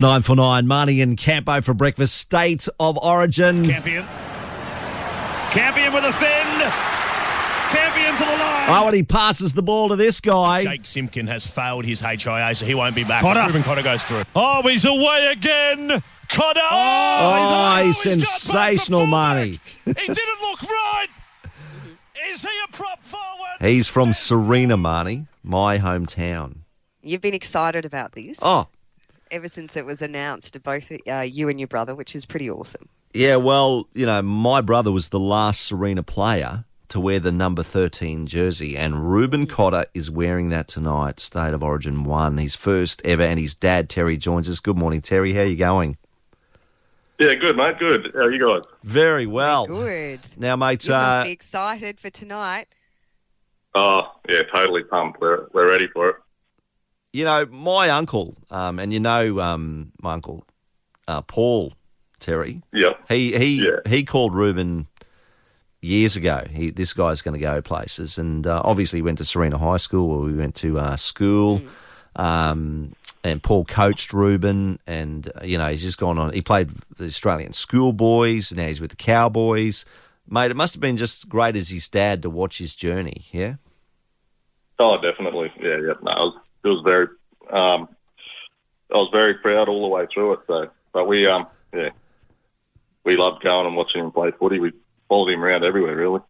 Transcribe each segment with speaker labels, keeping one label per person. Speaker 1: Nine for nine, Marnie and Campo for breakfast. State of origin.
Speaker 2: Campion. Campion with a fend. Campion for the line.
Speaker 1: Oh, and he passes the ball to this guy.
Speaker 2: Jake Simpkin has failed his HIA, so he won't be back. Cotter. Ruben Cotter goes through. Oh, he's away again. Cotter.
Speaker 1: Oh,
Speaker 2: he's-
Speaker 1: he's
Speaker 2: got past the
Speaker 1: sensational,
Speaker 2: fullback.
Speaker 1: Marnie.
Speaker 2: he didn't look right. Is he a prop forward?
Speaker 1: He's from Serena, Marnie, my hometown.
Speaker 3: You've been excited about this
Speaker 1: Oh,
Speaker 3: ever since it was announced to both uh, you and your brother, which is pretty awesome.
Speaker 1: yeah, well, you know, my brother was the last Serena player to wear the number 13 jersey, and Ruben Cotter is wearing that tonight, State of Origin 1, his first ever, and his dad, Terry, joins us. Good morning, Terry. How you going?
Speaker 4: Yeah, good, mate. Good. How you guys?
Speaker 1: Very well.
Speaker 3: Good.
Speaker 1: Now, mate,
Speaker 3: You must
Speaker 1: Oh. uh,
Speaker 3: be excited for tonight.
Speaker 4: Oh, yeah, totally pumped. We're, we're ready for it.
Speaker 1: you know, my uncle, um, and you know um, my uncle, uh, Paul Terry,
Speaker 4: Yep.
Speaker 1: he he
Speaker 4: Yeah.
Speaker 1: he called Ruben years ago. He, this guy's going to go places, and uh, obviously he went to Serena High School where we went to uh, school. Um, and Paul coached Ruben, and uh, you know he's just gone on. He played for the Australian schoolboys, and now he's with the Cowboys. Mate, it must have been just great as his dad to watch his journey. Yeah,
Speaker 4: Oh, definitely. Yeah, yeah. No, it was, it was very. Um, I was very proud all the way through it. So, but we, um, yeah, we loved going and watching him play footy. We followed him around everywhere, really.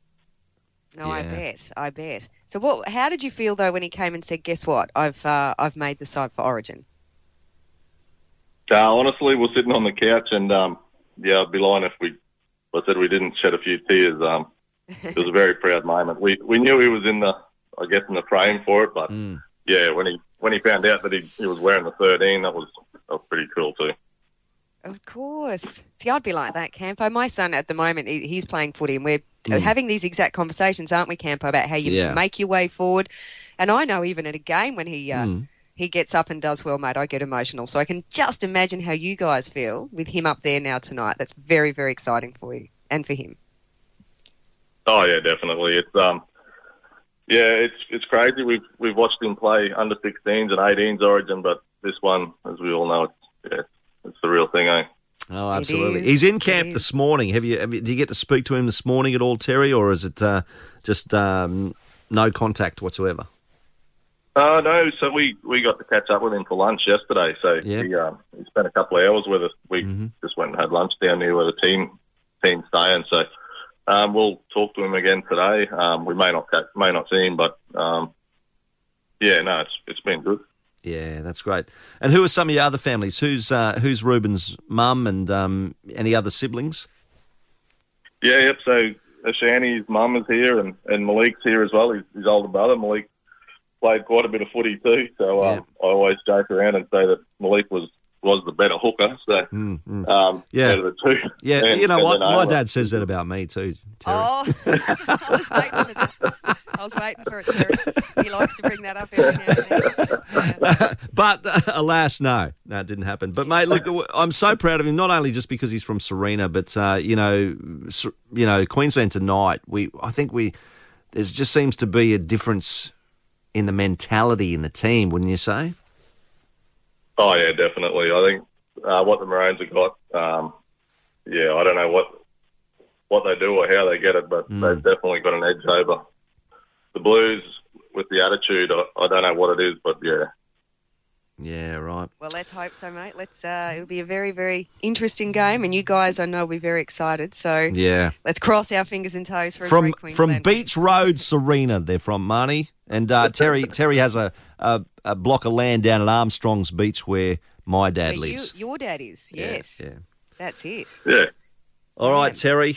Speaker 3: No, I
Speaker 1: Yeah.
Speaker 3: bet. I bet. So, what? How did you feel though when he came and said, "Guess what? I've uh, I've made the side for Origin."
Speaker 4: Uh, honestly, we're sitting on the couch, and um, yeah, I'd be lying if we. if I said we didn't shed a few tears. Um, it was a very proud moment. We we knew he was in the, I guess, in the frame for it, but
Speaker 1: Mm.
Speaker 4: yeah, when he when he found out that he, he was wearing the thirteen, that was that was pretty cool too.
Speaker 3: Of course. See, I'd be like that, Campo. My son at the moment, he, he's playing footy, and we're uh, having these exact conversations, aren't we, Campo, about how you
Speaker 1: Mm. Yeah.
Speaker 3: make your way forward. And I know even at a game when he
Speaker 1: Mm.
Speaker 3: uh, he gets up and does well, mate, I get emotional. So I can just imagine how you guys feel with him up there now tonight. That's very, very exciting for you and for him.
Speaker 4: Oh yeah, definitely. It's um, yeah, it's it's crazy. We've we've watched him play under 16s and 18s Origin, but this one, as we all know, it's yeah, it's the real thing, eh?
Speaker 1: Oh,
Speaker 3: It
Speaker 1: absolutely.
Speaker 3: is.
Speaker 1: He's in
Speaker 3: It
Speaker 1: camp
Speaker 3: is.
Speaker 1: this morning. Have you, have you? Do you get to speak to him this morning at all, Terry, or is it uh, just um, no contact whatsoever?
Speaker 4: Uh, no, so we, we got to catch up with him for lunch yesterday. So
Speaker 1: Yeah.
Speaker 4: he, um, he spent a couple of hours with us. We
Speaker 1: Mhm.
Speaker 4: just went and had lunch down there where the team team's staying. So um, we'll talk to him again today. Um, we may not ca- may not see him, but um, yeah, no, it's it's been good.
Speaker 1: Yeah, that's great. And who are some of your other families? Who's uh, who's Ruben's mum and um, any other siblings?
Speaker 4: Yeah, yep. So Ashani's mum is here, and, and Malik's here as well. His, his older brother Malik played quite a bit of footy too. So um, I always joke around and say that Malik was was the better hooker. So
Speaker 1: Mm, mm.
Speaker 4: um,
Speaker 1: Yeah.
Speaker 4: out of the two.
Speaker 1: Yeah,
Speaker 4: And-
Speaker 1: you know
Speaker 4: and
Speaker 1: what?
Speaker 4: then I
Speaker 1: My
Speaker 4: was-
Speaker 1: dad says that about me too, Terry.
Speaker 3: Oh, I was waiting for that. I was waiting for it, Terry. He likes to bring that up every now and then. Yeah.
Speaker 1: but uh, alas, no, that didn't happen. But mate, look, I'm so proud of him. Not only just because he's from Serena, but uh, you know, Ser- you know, Queensland tonight. We, I think we, there just seems to be a difference in the mentality in the team, wouldn't you say?
Speaker 4: Oh yeah, definitely. I think uh, what the Maroons have got, um, yeah, I don't know what what they do or how they get it, but
Speaker 1: Mm.
Speaker 4: they've definitely got an edge over the Blues with the attitude. I, I don't know what it is, but yeah,
Speaker 1: Yeah, right.
Speaker 3: Well, let's hope so, mate. Let's. Uh, it'll be a very, very interesting game, and you guys, I know, will be very excited. So
Speaker 1: Yeah,
Speaker 3: let's cross our fingers and toes for a
Speaker 1: from
Speaker 3: great
Speaker 1: from
Speaker 3: Queensland.
Speaker 1: Beach Road, Serena. They're from Marnie and uh, Terry. Terry has a, a a block of land down at Armstrong's Beach where my
Speaker 3: Where
Speaker 1: dad
Speaker 3: you-
Speaker 1: lives.
Speaker 3: your dad is.
Speaker 1: Yeah,
Speaker 3: Yes,
Speaker 1: yeah.
Speaker 3: that's it.
Speaker 4: yeah.
Speaker 1: All right, Terry,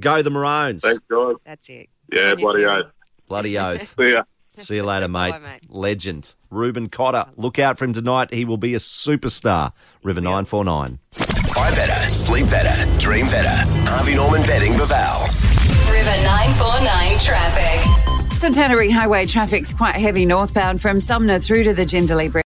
Speaker 1: go the Maroons.
Speaker 4: Thanks, guys.
Speaker 3: That's it.
Speaker 4: Yeah,
Speaker 3: And you
Speaker 4: bloody
Speaker 3: too.
Speaker 4: oath.
Speaker 1: Bloody oath.
Speaker 4: See ya.
Speaker 1: See you later, mate.
Speaker 3: Bye, mate.
Speaker 1: Legend. Ruben Cotter. Look out for him tonight. He will be a superstar. River 949.
Speaker 5: Buy better, sleep better, dream better. Harvey Norman Betting Baval.
Speaker 6: River 949 traffic.
Speaker 7: Centenary Highway traffic's quite heavy northbound from Sumner through to the Jindalee Bridge.